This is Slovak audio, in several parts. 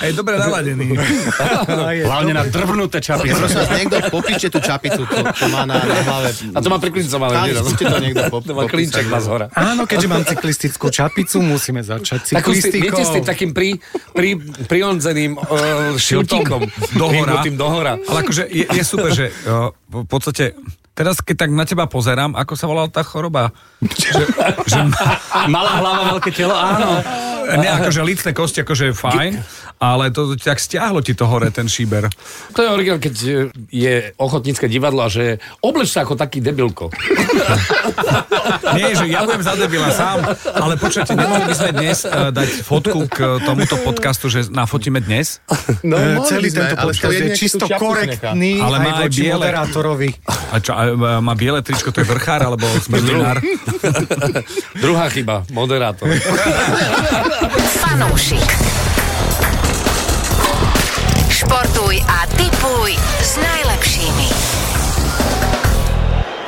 Aj dobre naladený. Hlavne na drvnuté čapice. Prosím vás, niekto popíče tú čapicu, čo, čo má na, na hlave. A to mám priklincované. Áno, výraz. skúste to niekto pop- To má popísať. klinček na zhora. Áno, keďže mám cyklistickú čapicu, musíme začať Takú si, cyklistikou. viete, s tým takým pri, pri, prionzeným uh, šiltíkom. do hora. prihnutým do hora. Ale akože je, je super, že jo, v podstate teraz keď tak na teba pozerám, ako sa volala tá choroba? Že, že, Malá hlava, veľké telo, áno. ne, akože lícne kosti, akože je fajn, ale to tak stiahlo ti to hore, ten šíber. To je originál, keď e, je ochotnícke divadlo a že obleč sa ako taký debilko. Nie, že ja budem za debila sám, ale počujete, nemohli by sme dnes uh, dať fotku k eh, tomuto podcastu, že nafotíme dnes? No, Eh, mohli celý by sme, tento ale podcast to je jedine, keď čisto tú čapku korektný Ale ale má aj aj voči biele. moderátorovi. A čo, a, a má biele tričko, to je vrchár alebo smrdlinár? Druhá chyba, moderátor. Fanúšik. Športuj a typuj s najlepšími.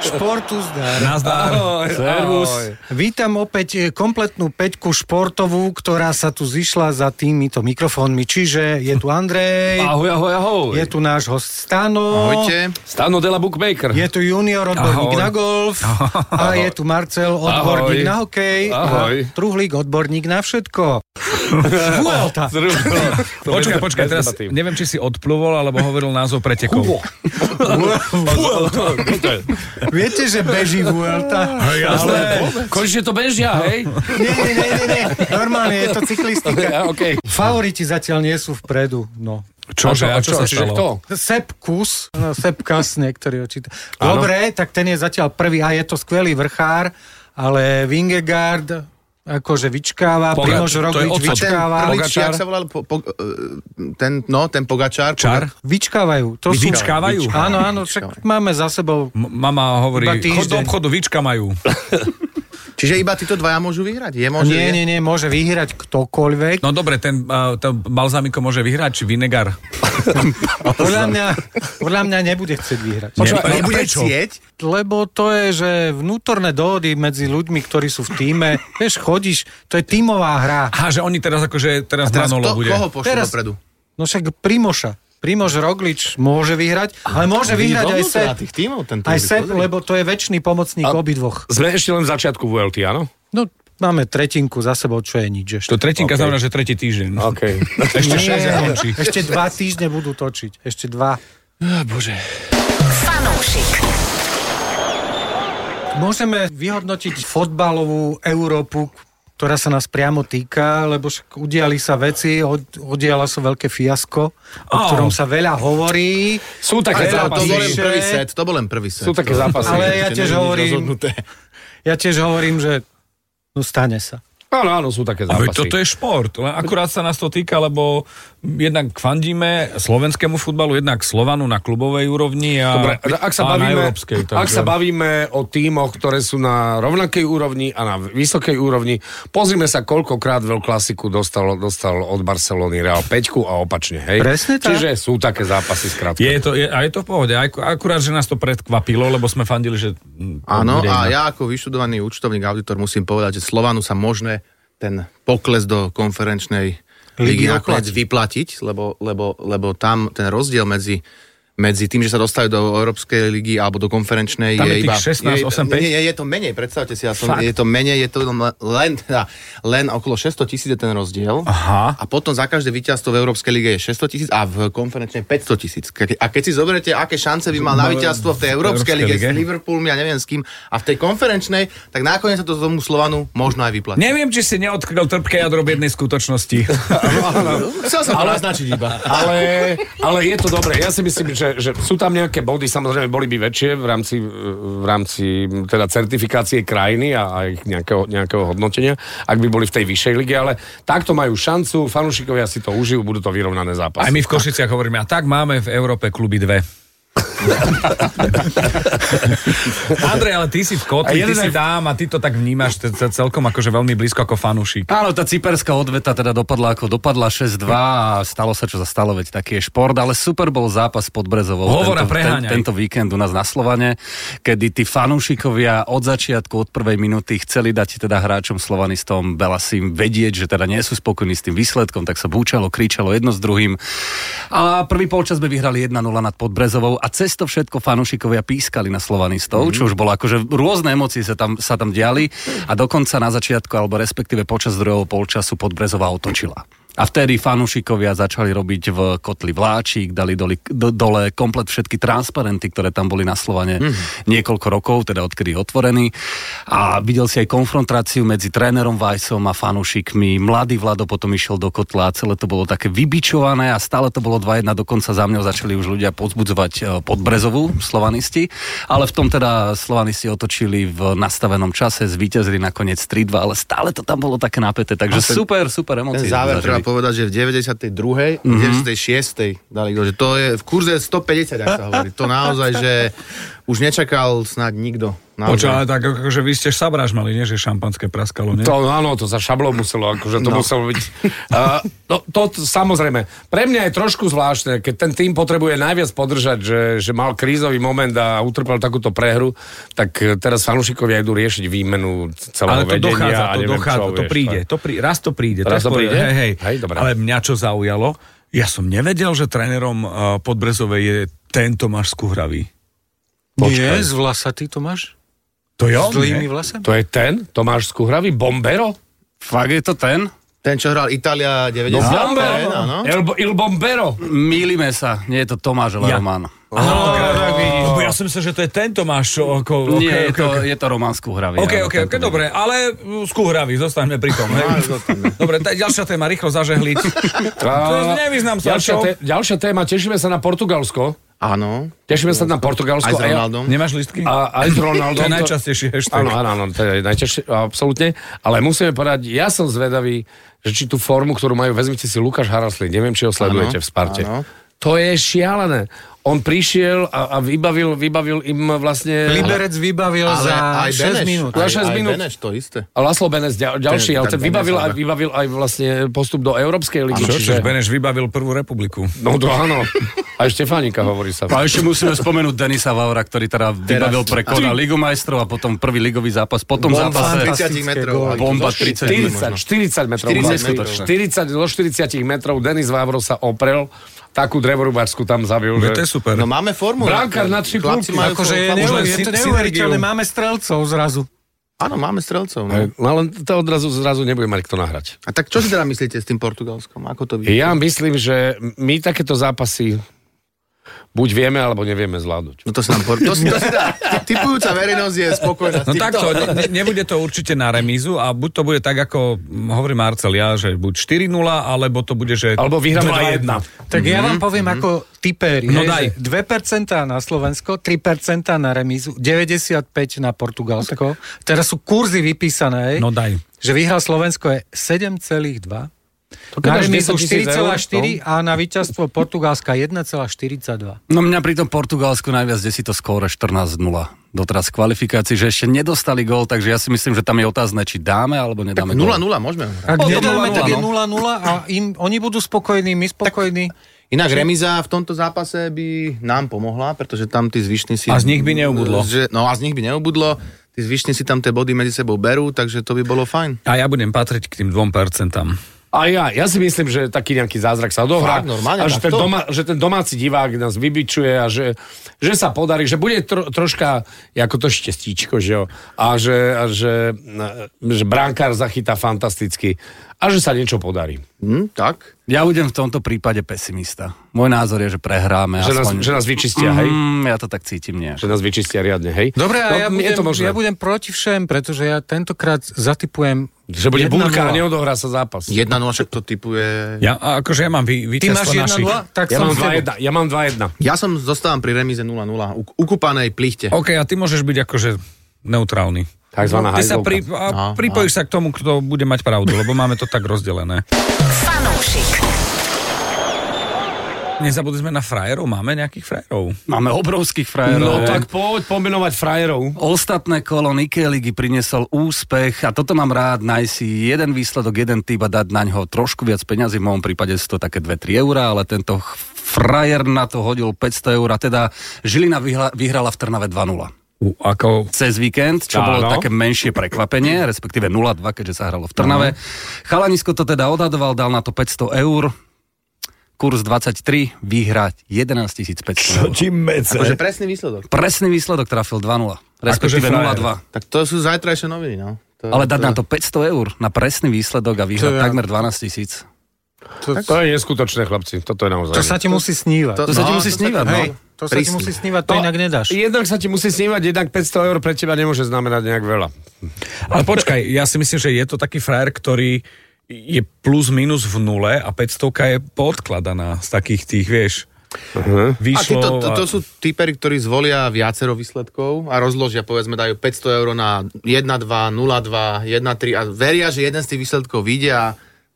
Športu zdar. Nazdar. Servus. Vítam opäť eh, kompletnú peťku športovú, ktorá sa tu zišla za týmito mikrofónmi. Čiže je tu Andrej, Ahoj, ahoj, ahoj. je tu náš host Stano, Ahojte. Stano de la Bookmaker. je tu junior odborník Ahoj. na golf a je tu Marcel, Ahoj. odborník na hokej Ahoj. a Truhlík, odborník na všetko. Vuelta. Počkaj, počkaj, teraz neviem, či si odplúvol, alebo hovoril názov pretekov. Viete, že beží Vuelta? Konečne to bežia, hej? Nie, nie, nie, nie, nie. Normálne je to cyklistika. OK. Favoriti zatiaľ nie sú vpredu, no. Čože, a čo, sa čiže stalo? kto? Sepkus, no, Sepkas niektorí očíta. Dobre, tak ten je zatiaľ prvý a je to skvelý vrchár, ale Vingegaard akože vyčkáva, Pogač- Primož to je Roglič odsud. Ten vyčkáva. prvý, či jak sa volal, po, po, eh, ten, no, ten Pogačár. Čar? Vyčkávajú. To sú- Vyčkávajú? Áno, áno, však máme za sebou. M- Mama hovorí, Iba týždeň. chod do obchodu, vyčka majú. Čiže iba títo dvaja môžu vyhrať? Je môže, Nie, nie, nie, môže vyhrať ktokoľvek. No dobre, ten, uh, ten Balzamiko môže vyhrať, či Vinegar. No, Podľa mňa, podľa mňa nebude chcieť vyhrať. Počúvaj, Ale ale bude prečo? chcieť? Lebo to je, že vnútorné dohody medzi ľuďmi, ktorí sú v týme, vieš, chodíš, to je tímová hra. Aha, že oni teraz akože, teraz, Teraz Manolo to, bude. koho pošlo Teraz- dopredu? No však Primoša. Primož Roglič môže vyhrať, ale môže vyhrať aj Sep. tých tímov, ten Aj Sep, lebo to je väčší pomocník A- obidvoch. Sme ešte len v začiatku VLT, áno? No, máme tretinku za sebou, čo je nič. Ešte. To tretinka OK. znamená, že tretí týždeň. OK. Ešte Nie, 6 končí. ešte dva týždne budú točiť. Ešte dva. Fanúšik. Môžeme vyhodnotiť fotbalovú Európu, ktorá sa nás priamo týka, lebo však udiali sa veci, od, udiala sa veľké fiasko, o Au. ktorom sa veľa hovorí. Sú také Ale To bol zápasy. len Že- prvý set, to bol len prvý set. Sú také zápasy. Ale ja Ešte tiež není nič hovorím- rozhodnuté. Ja tiež hovorím, že no stane sa. Áno, áno, sú také A zápasy. veď toto je šport, len akurát sa nás to týka, lebo jednak fandíme slovenskému futbalu, jednak Slovanu na klubovej úrovni a, Dobre, ak sa, a na bavíme, európskej. ak sa bavíme o tímoch, ktoré sú na rovnakej úrovni a na vysokej úrovni, pozrime sa, koľkokrát veľ klasiku dostal, dostal od Barcelony Real 5 a opačne. Hej? Presne tak. Čiže sú také zápasy skrátka. je to, je, a je to v pohode, Ak- akurát, že nás to predkvapilo, lebo sme fandili, že... hm, Áno, bude inak. a ja ako vyštudovaný účtovník, auditor musím povedať, že Slovanu sa možné ten pokles do konferenčnej Ligy ligy nakoniec vyplatiť, lebo, lebo, lebo tam ten rozdiel medzi medzi tým, že sa dostali do Európskej ligy alebo do konferenčnej Tam je, je tých 16, iba... je, 8, nie, nie, je to menej, predstavte si, ja som, Fakt? je to menej, je to len, len, teda, len okolo 600 tisíc je ten rozdiel. Aha. A potom za každé víťazstvo v Európskej lige je 600 tisíc a v konferenčnej 500 tisíc. Ke- A keď si zoberiete, aké šance by mal na víťazstvo v tej Európskej, Európskej lige s lige. Liverpoolmi a neviem s kým a v tej konferenčnej, tak nakoniec sa to tomu Slovanu možno aj vyplatí. Neviem, či si neodkryl trpké jadro v jednej skutočnosti. no, Chcel som to naznačiť iba. Ale, ale je to dobré. Ja si myslím, že, že sú tam nejaké body, samozrejme boli by väčšie v rámci, v rámci teda certifikácie krajiny a, a ich nejakého, nejakého hodnotenia, ak by boli v tej vyššej lige, ale takto majú šancu, fanúšikovia si to užijú, budú to vyrovnané zápasy. Aj my v Košiciach hovoríme, a tak máme v Európe kluby dve. Andrej, ale ty si v kotli, ty si dám a ty to tak vnímaš t- t- celkom akože veľmi blízko ako fanúšik. Áno, tá cyperská odveta teda dopadla ako dopadla 6-2 a stalo sa čo za stalo, veď taký je šport, ale super bol zápas pod Brezovou Hovora, tento, preháňaj. tento víkend u nás na Slovane, kedy tí fanúšikovia od začiatku, od prvej minúty chceli dať teda hráčom Slovanistom Belasim vedieť, že teda nie sú spokojní s tým výsledkom, tak sa búčalo, kričalo jedno s druhým. A prvý polčas by vyhrali 1-0 nad Podbrezovou a cez to všetko fanúšikovia pískali na Slovanistov, čo už bolo akože rôzne emócie sa tam, sa tam diali a dokonca na začiatku, alebo respektíve počas druhého polčasu Podbrezová otočila. A vtedy fanúšikovia začali robiť v kotli vláčik, dali doli, do, dole komplet všetky transparenty, ktoré tam boli na Slovane mm. niekoľko rokov, teda odkedy je otvorený. A videl si aj konfrontáciu medzi trénerom Vajsom a fanúšikmi. Mladý Vlado potom išiel do kotla a celé to bolo také vybičované a stále to bolo 2-1. Dokonca za mňou začali už ľudia pozbudzovať e, Podbrezovú slovanisti. Ale v tom teda slovanisti otočili v nastavenom čase, zvíťazili nakoniec 3-2, ale stále to tam bolo také napäté. Takže super, super Ten emócie. sme záver zažili. treba povedať, že v Mhm. 92. Mm-hmm. 96. dali gol, že to je v kurze 150, ak sa hovorí. To naozaj, že už nečakal snáď nikto. Naozaj. Počo, ale tak akože vy ste sabráž mali, nie? Že šampanské praskalo, nie? To, áno, to sa šablou muselo, akože to no. muselo byť. Uh, no, to, to samozrejme. Pre mňa je trošku zvláštne, keď ten tým potrebuje najviac podržať, že, že mal krízový moment a utrpel takúto prehru, tak eh, teraz fanúšikovia idú riešiť výmenu celého Ale to vedenia. dochádza, a to neviem dochádza, čo, to vieš, príde, to prí, raz to príde. Raz tak to príde? Hej, hej. Hej, dobre. Ale mňa čo zaujalo, ja som nevedel, že trénerom uh, Podbrezovej je ten Tomáš Skuhravý. Nie, z vlasatý to máš? To je on, S dlhými nie? vlasami? To je ten, Tomáš Skuhravý, Bombero? Fakt je to ten? Ten, čo hral Italia 90. No, Bombero, áno. El, Il Bombero. Mýlime sa, nie je to Tomáš, ale ja. Roman. Aha, oh, ja som myslel, že to je ten Tomáš. čo Ako, nie, je, okay, to, okay, je to Roman Skúhravý. no, OK, áno, OK, tento OK, dobre, ale uh, skúhravý, zostaňme pri tom. hej? dobre, tá ďalšia téma, rýchlo zažehliť. to je, nevyznám sa, ďalšia, čo? té, ďalšia téma, tešíme sa na Portugalsko. Áno. Tešíme sa na Portugalsko. Aj s a ja- Ronaldom. Nemáš listky? A, aj s Ronaldom. To je najčastejší hashtag. Áno, áno, áno, to je najčastejší, absolútne. Ale musíme povedať, ja som zvedavý, že či tú formu, ktorú majú, vezmite si Lukáš Haraslín, neviem, či ho sledujete v Sparte. áno. To je šialené. On prišiel a, a vybavil, vybavil im vlastne... Liberec vybavil Ale za aj 6 Beneš. minút. Za Aj, šesť aj minút. Beneš, to isté. A Laslo Benes ďal, ďalší, Ten- ale ten ten vybavil Benes, aj, áno. vybavil aj vlastne postup do Európskej ligy. Čo, čo, Beneš vybavil prvú republiku. No to áno. Aj Štefánika hovorí sa. A ešte musíme spomenúť Denisa Vaura, ktorý teda vybavil pre Kona Ligu majstrov a potom prvý ligový zápas, potom Bomba zápase 30 metrov. bomba 40, 30 40 metrov. 40 metrov. 40 do 40 metrov. Denis Vávro sa oprel. Takú drevorubársku tam zabil. že- Veď To je super. No máme formu. Brankár na tri kulky. Chlapci majú Akože je, formu. neuver, že je to sy- neuveriteľné, synergiu. máme strelcov zrazu. Áno, máme strelcov. No. No ale to odrazu zrazu nebude mať kto nahrať. A tak čo si teda myslíte s tým Portugalskom? Ako to vidíte? Ja myslím, že my takéto zápasy buď vieme, alebo nevieme zvládnuť. No to sa nám por... to, si- to si dá. Typujúca verejnosť je spokojná. s No týmto. takto, ne, ne- nebude to určite na remízu a buď to bude tak, ako hm, hovorí Marcel ja, že buď 4-0, alebo to bude, že... Alebo vyhráme 2:1. 2:1. Tak ja vám poviem ako tipéri. No hej, daj. že 2% na Slovensko, 3% na remízu, 95% na Portugalsko. Teraz sú kurzy vypísané, hej, No daj. že vyhral Slovensko je 7,2. keď Na dáš remízu 10 000 eur, 4,4 a na víťazstvo Portugalska 1,42. No mňa pri tom Portugalsku najviac desí to skóre 14-0 doteraz v kvalifikácii, že ešte nedostali gól, takže ja si myslím, že tam je otázne, či dáme alebo nedáme 0-0 gól. môžeme. hrať. Ak Potom nedáme, 0:0, tak je no. 0-0 a im, oni budú spokojní, my spokojní. Inak remiza v tomto zápase by nám pomohla, pretože tam tí zvyšní si... A z nich by neubudlo. Že, no a z nich by neubudlo. Tí zvyšní si tam tie body medzi sebou berú, takže to by bolo fajn. A ja budem patriť k tým 2%. A ja, ja si myslím, že taký nejaký zázrak sa odohrá. Fakt, normálne, a že ten, tak to? doma, že ten domáci divák nás vybičuje a že, že sa podarí, že bude tro, troška ako to štestíčko, že jo. A že, a že, že bránkár zachytá fantasticky a že sa niečo podarí. Hm, tak. Ja budem v tomto prípade pesimista. Môj názor je, že prehráme. Že nás, aspoň... že nás vyčistia, hej? Mm, ja to tak cítim, nie. Že nás vyčistia riadne, hej? Dobre, a no, ja, budem, je to možné. ja budem proti všem, pretože ja tentokrát zatipujem Že bude 1:0. búrka a neodohrá sa zápas. 1-0 však to typuje... Ja, a akože ja mám vy, Ty máš víťazstvo našich. 1-0, tak Ja som mám s tebou. 2-1. Ja mám 2-1. Ja som zostávam pri remize 0-0, u, ukúpanej plichte. OK, a ty môžeš byť akože neutrálny. Takzvaná No, Ty sa hajzlovka. pri, a pripojíš sa k tomu, kto bude mať pravdu, lebo máme to tak rozdelené. Fanúšik. Nezabudli sme na frajerov, máme nejakých frajerov. Máme obrovských No frajerov. tak poď pomenovať frajerov. Ostatné kolo Nike ligy priniesol úspech a toto mám rád, nájsť si jeden výsledok, jeden typ a dať na ňo trošku viac peňazí, v mojom prípade sú to také 2-3 eurá, ale tento ch- frajer na to hodil 500 eur a teda Žilina vyhla, vyhrala v Trnave 2-0 U, ako... cez víkend, čo bolo Áno. také menšie prekvapenie, respektíve 0-2, keďže sa hralo v Trnave. Chalanisko to teda odhadoval, dal na to 500 eur, kurz 23, vyhrať 11 500 eur. Čím mece? Akože presný výsledok. Presný výsledok trafil 2-0, respektíve frajer. 0-2. Tak to sú zajtrajšie noviny, no. To, Ale dať na to 500 eur, na presný výsledok a vyhrať takmer 12 tisíc. To je neskutočné, chlapci. Toto je naozaj. To sa ti musí snívať. To- To sa ti No, musí to sa- snívať, no. Hej, to sa ti Prísne. musí snívať, to inak nedáš. Jednak sa ti musí snívať, jednak 500 eur pre teba nemôže znamenať nejak veľa. Ale počkaj, ja si myslím, že je to taký frajer, ktorý je plus minus v nule a 500 je podkladaná z takých tých, vieš, uh-huh. A vyšlo... títo, to, to a- sú typery, ktorí zvolia viacero výsledkov a rozložia, povedzme, dajú 500 eur na 1, 2, 0, 2, 1, 3 a veria, že jeden z tých výsledkov vyjde a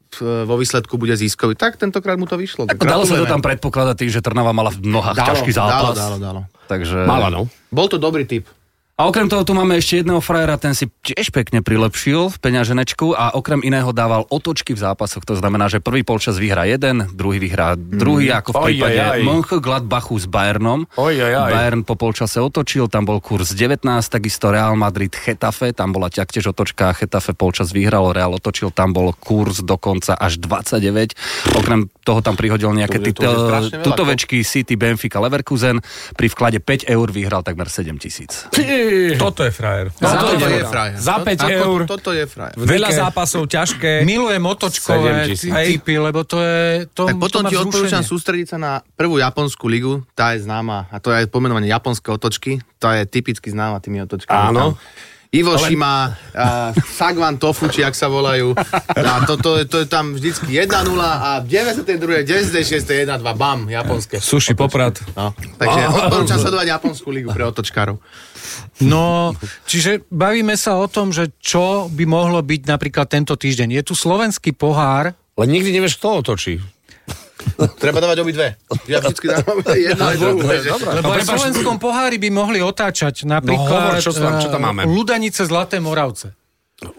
pf, vo výsledku bude získový. Tak tentokrát mu to vyšlo. Tak Dalo sa to gratulujeme. tam predpokladať tým, že Trnava mala v nohách Dalo, ťažký zápas. Dalo, dalo, dalo. Takže... Mala, no. Bol to dobrý typ. A okrem toho tu máme ešte jedného frajera, ten si tiež pekne prilepšil v peňaženečku a okrem iného dával otočky v zápasoch. To znamená, že prvý polčas vyhrá jeden, druhý vyhrá druhý, ako v Oj, prípade aj, aj. Mönchengladbachu s Bayernom. Oj, aj, aj. Bayern po polčase otočil, tam bol kurz 19, takisto Real Madrid Chetafe, tam bola taktiež otočka, Chetafe polčas vyhralo, Real otočil, tam bol kurz dokonca až 29. Okrem toho tam prihodil nejaké To je- to je tyto- strašne veľa. tutovečky City, Benfica, Leverkusen. Pri vklade 5 eur vyhral takmer 7 tisíc. Toto je frajer. Za toto päť je eur. frajer. Za 5 Ako- eur. Toto je frajer. Veľa zápasov, ťažké. Milujem otočkové 7000. typy, lebo to je... To, Tak potom to má ti odporúčam vzrušenie. sústrediť sa na prvú japonskú ligu, tá je známa, a to je aj pomenovanie japonské otočky, tá je typicky známa tými otočkami. Áno. Tam Ivo Shima, a Sagwan Tofu, či ak sa volajú. A to, to, je- to je tam vždycky 1-0 a 92. 96. 1-2, bam, japonské. Sushi Poprad. No, takže odporúčam sledovať japonskú ligu pre otočkárov. No, čiže bavíme sa o tom, že čo by mohlo byť napríklad tento týždeň. Je tu slovenský pohár, Len nikdy nevieš, kto otočí. Treba dávať obidve. Ja vždycky dávam jednu aj druhú. takže- lebo aj v slovenskom pohári by mohli otáčať hovor, napríklad čo tam- čo tam máme? eh, Ludanice Zlaté Moravce.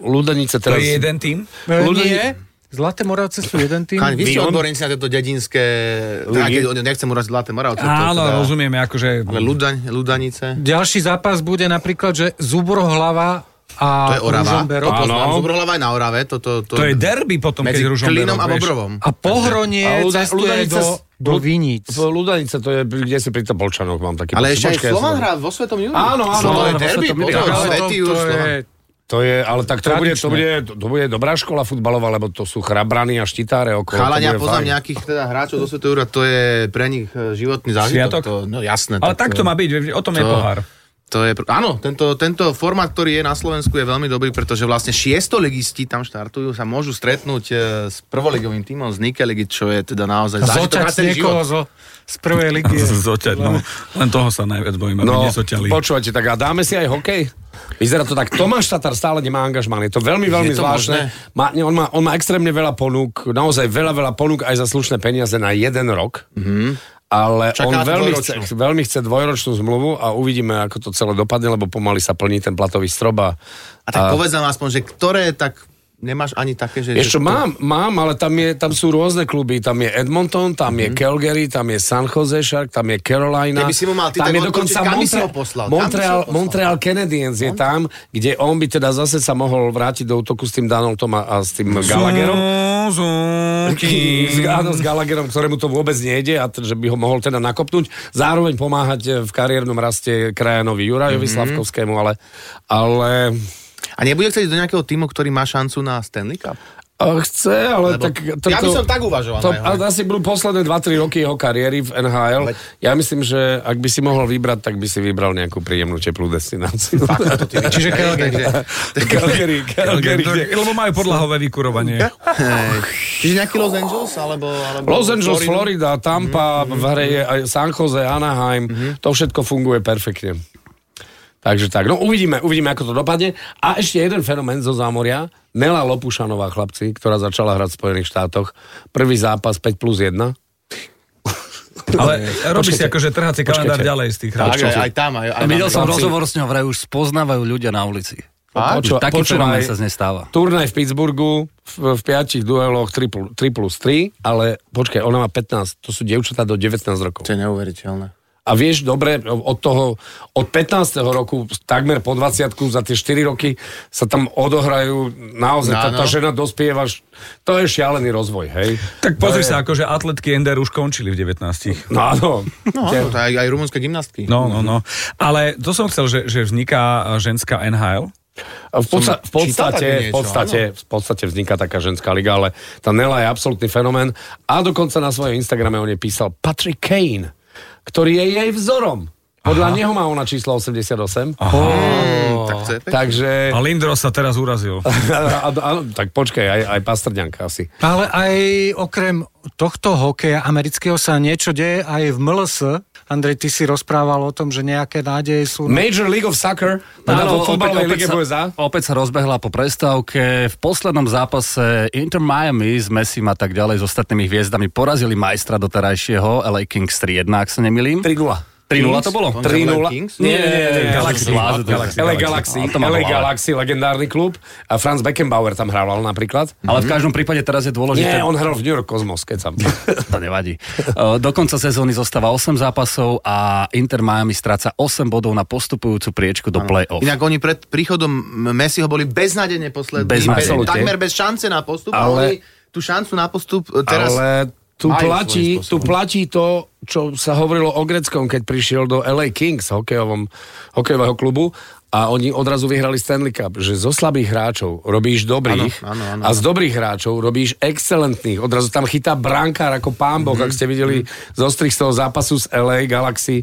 Ludanice To teraz... je jeden tým. Eh, Ľudí- Nie, Zlaté Moravce sú jeden tým. Kaň, vy ste Dion? odborníci na tieto dedinské... Teda, Ligy? keď- nechcem uraziť Zlaté Moravce. to je Áno, teda- rozumieme, akože... Ale Mm. Ludaň, Ludanice. Ďalší zápas bude napríklad, že Zubrohlava a To je Orava. Ružomberok. To poznám. Áno. Zubrohlava je na Orave. To, to, to, To je derby potom, medzi keď Ružomberok, Klinom a vieš. Bobrovom. A pohronie Luda- cestuje Ludanice do, s- do Viníc. V Ludanice to je, kde si pri tom Polčanoch mám taký... Ale pocit. ešte aj Počkaj, ja Slovan som- hrá vo Svetom Júri. Áno, áno, To je áno, vo derby. Svetom To Júri. je Ale svetý už no. Slovan. To je, ale tak to bude, to, Tradičné. bude, to bude dobrá škola futbalová, lebo to sú chrabrany a štitáre okolo. to Chalania, bude poznám fajn. nejakých teda hráčov do Svetého Júra, to je pre nich e, životný zážitok. Sviatok? To, no jasné. Ale tak to má byť, o tom je To- pohár. To je, pr- áno, tento, tento format, ktorý je na Slovensku, je veľmi dobrý, pretože vlastne šiestoligisti tam štartujú, sa môžu stretnúť e, s prvoligovým tímom z Nike ligy, čo je teda naozaj zážitok na Zoťať celý život. niekoho zo, z prvej ligy. Zoťať, no. Len toho sa najviac bojím, aby No, nezoťali. počúvajte, tak a dáme si aj hokej? Vyzerá to tak. Tomáš Tatar stále nemá angažmán. Je to veľmi, veľmi Je to zvláštne. Má, nie, on, má, on má extrémne veľa ponúk, naozaj veľa, veľa ponúk aj za slušné peniaze na jeden rok. Mm-hmm. Ale Mhm. Čaká on na veľmi chce, dvojročnú. veľmi chce dvojročnú zmluvu a uvidíme, ako to celé dopadne, lebo pomaly sa plní ten platový stroba. A tak povedz nám aspoň, že ktoré tak nemáš ani také, že... Vieš čo, že- mám, mám, ale tam, je, tam sú rôzne kluby. Tam je Edmonton, tam je Calgary, tam je San Jose Shark, tam je Carolina. Keby Mhm. si mu mal ty tam tak je dokonca odtočiť, kam by si Montre- ho poslal? Kam by si ho Montreal, poslal? No. Montreal Canadiens je tam, kde on by teda zase sa mohol vrátiť do útoku s tým Danoltom a, a s tým Gallagherom. Zuzky. S- Áno, s Gallagherom, ktorému to vôbec nejde a t- že by ho mohol teda nakopnúť. Zároveň pomáhať e, v kariérnom raste krajanovi Jurajovi Mhm. mm-hmm. Slavkovskému, ale, ale A nebude chcieť ísť do nejakého týmu, ktorý má šancu na Stanley Cup? e, chce, ale Lebo tak... ja by som tak uvažoval. To, na jeho- ale asi budú posledné 2-3 roky jeho kariéry v NHL. Veď- Ja myslím, že ak by si mohol vybrať, tak by si vybral nejakú príjemnú teplú destináciu. Čiže Calgary. Calgary, Calgary. kde- Lebo majú podlahové vykurovanie. Hej. Čiže nejaký Los Angeles? Alebo, alebo Los Angeles, Floridu? Florida, Tampa, Mhm, v hre je aj San Jose, Anaheim, to všetko funguje perfektne. Takže tak, no uvidíme, uvidíme, ako to dopadne. A ešte jeden fenomén zo zámoria, Nela Lopušanová, chlapci, ktorá začala hrať v Spojených štátoch. Prvý zápas 5 plus 1. Ale robí si akože trhací kalendár Počkajte. ďalej z tých Tak, hráčov. aj, aj tam, aj, aj Videl som tam. rozhovor s ňou, vraj už spoznávajú ľudia na ulici. Fakt? Už taký počúvaj. fenomén sa z nej stáva. Turnaj v Pittsburghu v, v piatich dueloch 3, pl- 3 plus 3, ale počkaj, ona má 15, to sú dievčatá do 19 rokov. To je neuveriteľné. A vieš, dobre, od toho, od 15. roku, takmer po 20. za tie 4 roky sa tam odohrajú, naozaj, tá, Áno. tá žena dospieva, š- to je šialený rozvoj, hej. Tak pozri sa, akože atletky NDR už končili v 19. No áno. No, áno, to aj, aj rumunské gymnastky. No, no, no. Ale to som chcel, že, že vzniká eh, ženská NHL. A V, podsta- v, Som čítal podstate, také niečo, v, podstate, v podstate vzniká taká ženská liga, ale tá Nela je absolútny fenomén a dokonca na svojom Instagrame o nej písal Patrick Kane, ktorý je jej vzorom. Podľa Aha. neho má ona číslo 88. Aha. Mm, tak to je pekné. Takže... A Lindros sa teraz urazil. a, a, a, tak počkaj, aj, aj Pastrňanka asi. Ale aj okrem tohto hokeja amerického sa niečo deje aj v MLS. Andrej, ty si rozprával o tom, že nejaké nádeje sú... Major League of Soccer, teda vo futbalovej lige v USA. sa, opäť sa rozbehla po prestávke. V poslednom zápase Inter Miami s Messim a tak ďalej s ostatnými hviezdami porazili majstra doterajšieho LA Kings 3-1, ak sa nemilím. 3-0. 3-0 to bolo? 3-0. Kings? Nie, nie, nie, nie, nie. Galaxy. Galaxy. Galaxy. LA Galaxy. Áno, to ma LA bolo, ale- Galaxy, legendárny klub. A Franz Beckenbauer tam hrával napríklad. Ale v každom prípade teraz je dôležité... Mhm. Nie, on hral v New York Cosmos, keď sa... To nevadí. Eh, Do konca sezóny zostáva 8 zápasov a Inter Miami stráca 8 bodov na postupujúcu priečku do play-off. Inak oni pred príchodom Messiho boli beznadene poslední. Beznádejne. Bez, takmer bez šance na postup. Ale... Ale- Oni tú šancu na postup e, teraz... Ale tu majú platí, svojím tu spôsobom. platí to, čo sa hovorilo o Greckom, keď prišiel do LA Kings hokejovom, hokejového klubu a oni odrazu vyhrali Stanley Cup, že zo slabých hráčov robíš dobrých Áno, áno, áno, a z dobrých hráčov robíš excelentných. Odrazu tam chytá brankár ako pán Mhm. Boh, ak ste videli z ostrých z toho zápasu z LA Galaxy.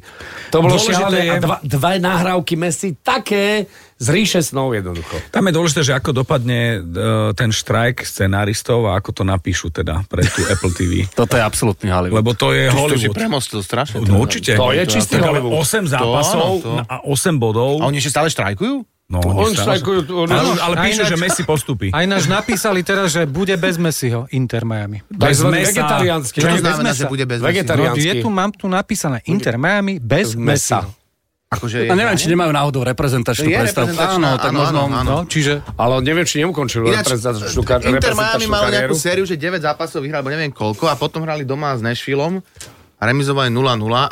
To bolo Dôležité je- šialené. A dva, dva nahrávky Messi také z ríše snov jednoducho. Tam je dôležité, že ako dopadne eh, ten štrajk scenáristov a ako to napíšu teda pre tú Apple TV. Toto je absolútny Hollywood. Lebo to je To si Hollywood. premostil strašne. No, určite. To je čistý Tak ale Hollywood. 8 zápasov áno, to. a 8 bodov. A oni ešte stále štrajkujú? No, Oni stále- štrajkujú, oni- Áno, ale Aj píšu, ináč- že Messi postupí. Aj náš napísali teraz, že bude bez Messiho Inter Miami. Takzvaný mesa. vegetariánsky. Čo to je bez znamená, mesa. že bude bez Vegetarián. Vegetari- No, je tu, mám tu napísané Inter Miami bez Mesa. Messiho. akože A neviem, či nemajú náhodou reprezentačnú Je predstavku. reprezentačná, Áno, tak áno, možno... áno, áno. No, čiže Ale neviem, či neukončil Ináč, e, eh, reprezentačnú kar- Inter Miami reprezentačnú mal nejakú kariéru. sériu, že 9 zápasov vyhral, alebo neviem koľko, a potom hrali doma s Nashvilleom a remizovali 0-0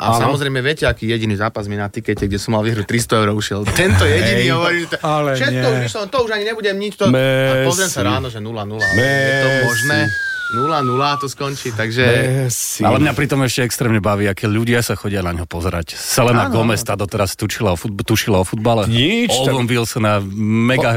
a Áno. samozrejme viete, aký jediný zápas mi na tikete, kde som mal vyhru 300 eur ušiel. Tento jediný hovorí, že to, ale všetko nie. už išlo, to už ani nebudem nič. To, Messi. a pozriem sa ráno, že 0-0. ale Je to Messi. možné? 0-0 to skončí, takže... Messi. Ale mňa pritom ešte extrémne baví, aké ľudia sa chodia na ňo pozerať. Selena Áno, Gomez tá doteraz tučila o, futb- tušila o futbale. Nič, Owen Wilsona, mega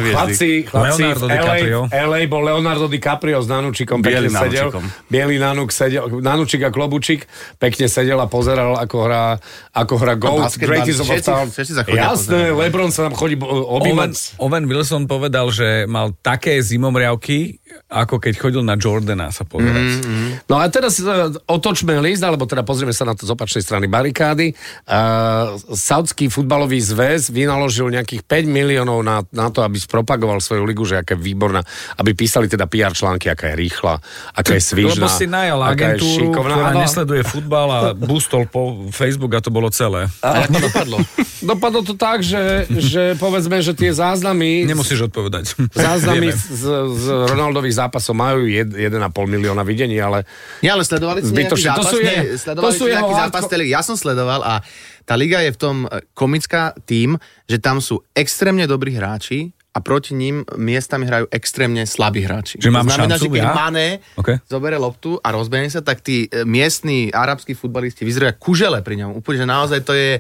Chlapci, hviezdy. chlapci, Leonardo v LA, DiCaprio. v LA bol Leonardo DiCaprio s Nanučikom pekne Bielým sedel. Nanučikom. Bielý Nanuk sedel, Nanučik a Klobučik pekne sedel a pozeral, ako hrá, ako hrá Gold, basketbal, Greatest of all všetci- time. všetci sa chodia Jasné, pozerať. Lebron sa tam chodí bo- Owen, objímať. Owen Wilson povedal, že mal také zimomriavky, ako keď chodil na Jordana sa pozerať. Mm, No a teraz e, otočme list, alebo teda pozrieme sa na to z opačnej strany barikády. Uh, Saudský futbalový zväz vynaložil nejakých 5 miliónov na, na to, aby spropagoval svoju ligu, že aká je výborná, aby písali teda PR články, aká je rýchla, aká je svižná, Lebo si najal aká je agentúru, šikovná. ktorá Áno. nesleduje futbal a boostol po Facebook a to bolo celé. A ako dopadlo? Dopadlo to tak, že, že povedzme, že tie záznamy... Nemusíš odpovedať. Záznamy Vieme. z, z Ronaldových zápasov majú jed- 1,5 milióna videní, ale Nie, ale sledovali ste nejaký Zbytočne. To zápas? sú je- nie, to sledovali sú ste jeho nejaký hardko- zápas tele- Ja som sledoval a tá liga je v tom e, komická tým, že tam sú extrémne dobrí hráči a proti ním miestami hrajú extrémne slabí hráči. Že mám to znamená, šancu že keď ja? Mané OK. zobere loptu a rozbehne sa, tak tí e, miestni arabskí futbalisti vyzerajú ako kužele pri ňom. Úplne, že naozaj to je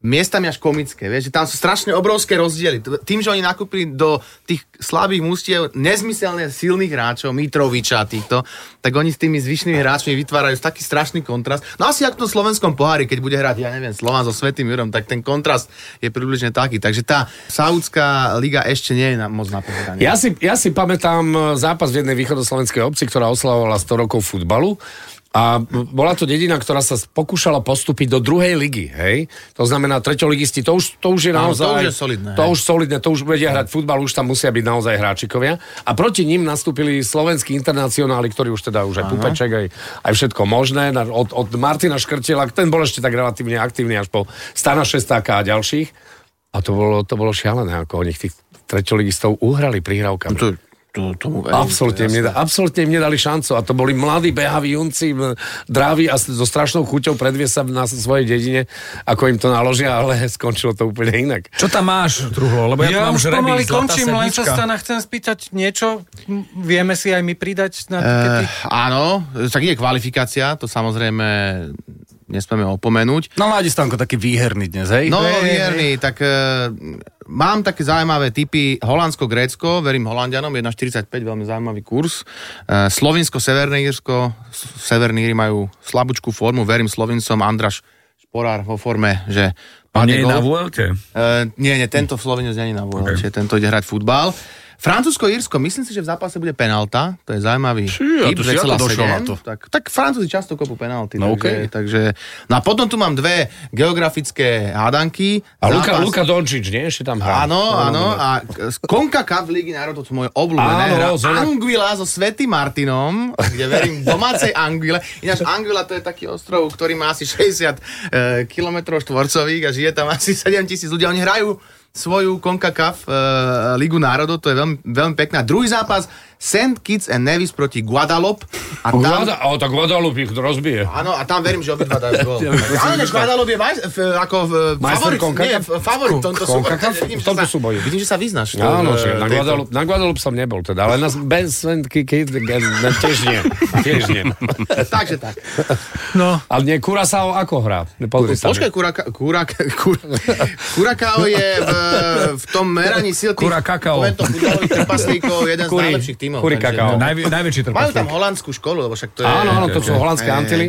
miestami až komické, vieš, že tam sú strašne obrovské rozdiely. T- Tým, že oni nakúpili do tých slabých mústiev nezmyselne silných hráčov, Mitroviča a týchto, tak oni s tými zvyšnými hráčmi vytvárajú taký strašný kontrast. No asi ako v tom slovenskom pohári, keď bude hrať, ja neviem, Slován so Svetým Jurom, tak ten kontrast je približne taký. Takže tá Saudská liga ešte nie je na, moc na eh, povedanie. Ja si, ja si pamätám e, zápas v jednej východoslovenskej obci, ktorá oslavovala 100 rokov futbalu A bola to dedina, ktorá sa pokúšala postúpiť do druhej ligy, hej? To znamená, treťoligisti, to už, to už je Áno, to naozaj... už je solidné, To hej. už solidné, to už vedia hrať futbal, už tam musia byť naozaj hráčikovia. A proti ním nastúpili slovenskí internacionáli, ktorí už teda už aj Pupeček, aj, aj všetko možné. Na- Od, od Martina Škrtela, ten bol ešte tak relatívne aktívny, až po Stana Šestáka a ďalších. A to bolo, to bolo šialené, ako oni tých treťoligistov uhrali prihrávkami. To, to, tomu verím, Absolutne im, nedá, absolútne im nedali šancu a to boli mladí behaví junci, m, drávi a s- so strašnou chuťou predviesť sa na svojej dedine, ako im to naložia, ale skončilo to úplne inak. Čo tam máš, Truhlo? Lebo ja, tu Ja mám už žrebík, pomaly zlatá končím, len sa sedmička. stana chcem spýtať niečo. M- Vieme si aj my pridať na Eh, tikety? áno, tak ide kvalifikácia, to samozrejme nesmieme opomenúť. No Ládi Stanko, taký výherný dnes, hej? No, hej, Vierny, tak e, mám také zaujímavé typy. Holandsko-Grécko, verím Holandianom, 1,45, veľmi zaujímavý kurz. E, Slovinsko-Severné Írsko, S- Severní Íri majú slabúčku formu, verím Slovincom, Andraš Šporár vo forme, že A padne nie je na gól. Vuelte? Uh, nie, nie, tento Slovenec není na vôľa, okay. tento ide hrať futbal. Francúzsko-Írsko, myslím si, že v zápase bude penalta, to je zaujímavý Či, a to si ja to 2,7. došiel na to. Tak, tak Francúzi často kopú penalty. No, takže, okej. takže, no a potom tu mám dve geografické hádanky. A Luka, Luka Dončič, nie? Ešte tam hrá. Áno, áno. A Konka Cup v Lígy národov, to sú moje Áno, obľúbené. Hra zrovna- Anguila so Svetým Martinom, kde verím domácej Anguile. Ináč Anguila to je taký ostrov, ktorý má asi 60 km štvorcových a žije tam asi 7 tisíc ľudí. Oni hrajú svoju CONCACAF e, Ligu národov, to je veľmi, veľmi pekná. Druhý zápas, St. Kitts and Nevis proti Guadalupe. A tam, Guada, o, tak Guadalupe ich rozbije. Áno, a tam verím, že obidva dajú gól. Áno, než Guadalupe je maj, f, ako v, Majster favorit, nie, Concacaf? f, favorit v tomto, Concacaf? súboji. Vidím, V že tomto sa- súboji. Vidím, že sa vyznáš. v tom, Áno, že eh, na tejto- Guadalupe, na Guadalupe som nebol teda, ale na Ben Sven Kikit tiež nie. Tiež nie. Takže tak. No, Ale nie, Curaçao ako hrá? Pozri sa. Počkaj, kuraka, kuraka, kur, Kurakao je v, v tom meraní síl tých Kura kakao. poviem to, futbalových trpaslíkov jeden z Kuri- najlepších tímov. Kuri takže- no. kakao. Najvi- najväčší Majú tam trpaslík. holandskú školu, lebo však to je... Áno, áno, to sú Hej, holandské hej, hej. Antily.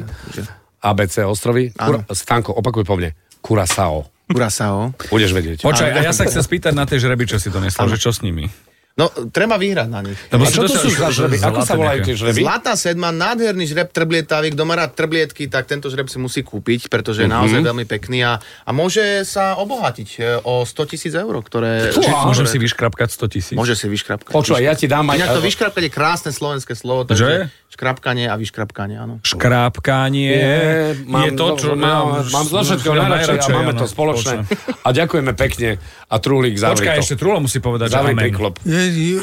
ABC ostrovy. Kura, Stanko, opakuj po mne. Curaçao. Curaçao. Budeš vedieť. Počkaj, a ja sa chcem spýtať na tie žreby, čo si donesol, že čo s nimi? No, treba vyhrať na nich. Lebo A si čo No to dosiaľ- sú za žreby? Ako zlaté sa volajú nejaké. tie žreby? Zlatá sedma, nádherný žreb trblietavý. Kto má rád trblietky, tak tento žreb si musí kúpiť, pretože je naozaj veľmi pekný a, a môže sa obohatiť e, o 100 tisíc eur, ktoré... Čiže ktoré- Môžem si vyškrapkať 100 tisíc? Môže si vyškrapkať. Počúvaj, ja ti dám aj... Inak to vyškrapkanie je krásne slovenské slovo, Že? takže škrapkanie a vyškrapkanie, áno. Škrápkanie Je, mám, je to, čo No, no, mám, mám zo všetkého najradšej a máme áno, to spoločné. A ďakujeme pekne a Trulík spoločné. za Počkaj, ešte Trulo musí povedať, že Zavri amen. priklop. je, je,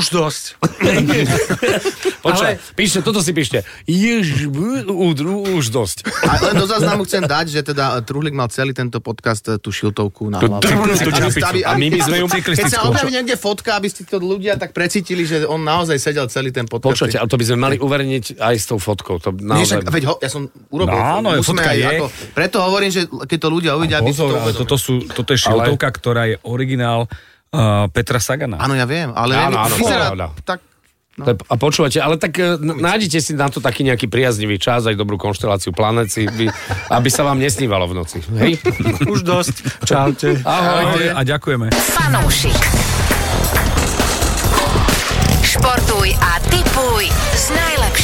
už dosť. Počkaj, píšte, toto si píšte. Jež, udru, už dosť. A len do záznamu chcem dať, že teda Truhlík mal celý tento podcast e, tú šiltovku na hlavu. cyklistickú Aby ste- čapicu. aby- A my- my sme ju Keď sa cyklistickú. objaví niekde fotka, aby ste to ľudia tak precítili, že on naozaj sedel celý ten podcast. Počujete, ale to by sme mali uverniť aj s tou fotkou. To Nie, však, naozaj... veď ho, ja som urobil. No áno, musíme fotka aj je. preto hovorím, že keď to ľudia uvidia, aby si to Pozor, ale uvedomili. toto, sú, toto je šiltovka, ktorá je originál uh, Petra Sagana. Áno, ja viem, ale Áno, neviem, áno, vyzerá áno. tak... No. A počúvate, ale tak e, n- nájdete si na to taký nejaký priaznivý čas, aj dobrú konšteláciu planet, si, aby, aby sa vám nesnívalo v noci. Hej? Už dosť. Čaute. Ahojte a ďakujeme. Fanúšik. Športuj a tipuj s najlepším.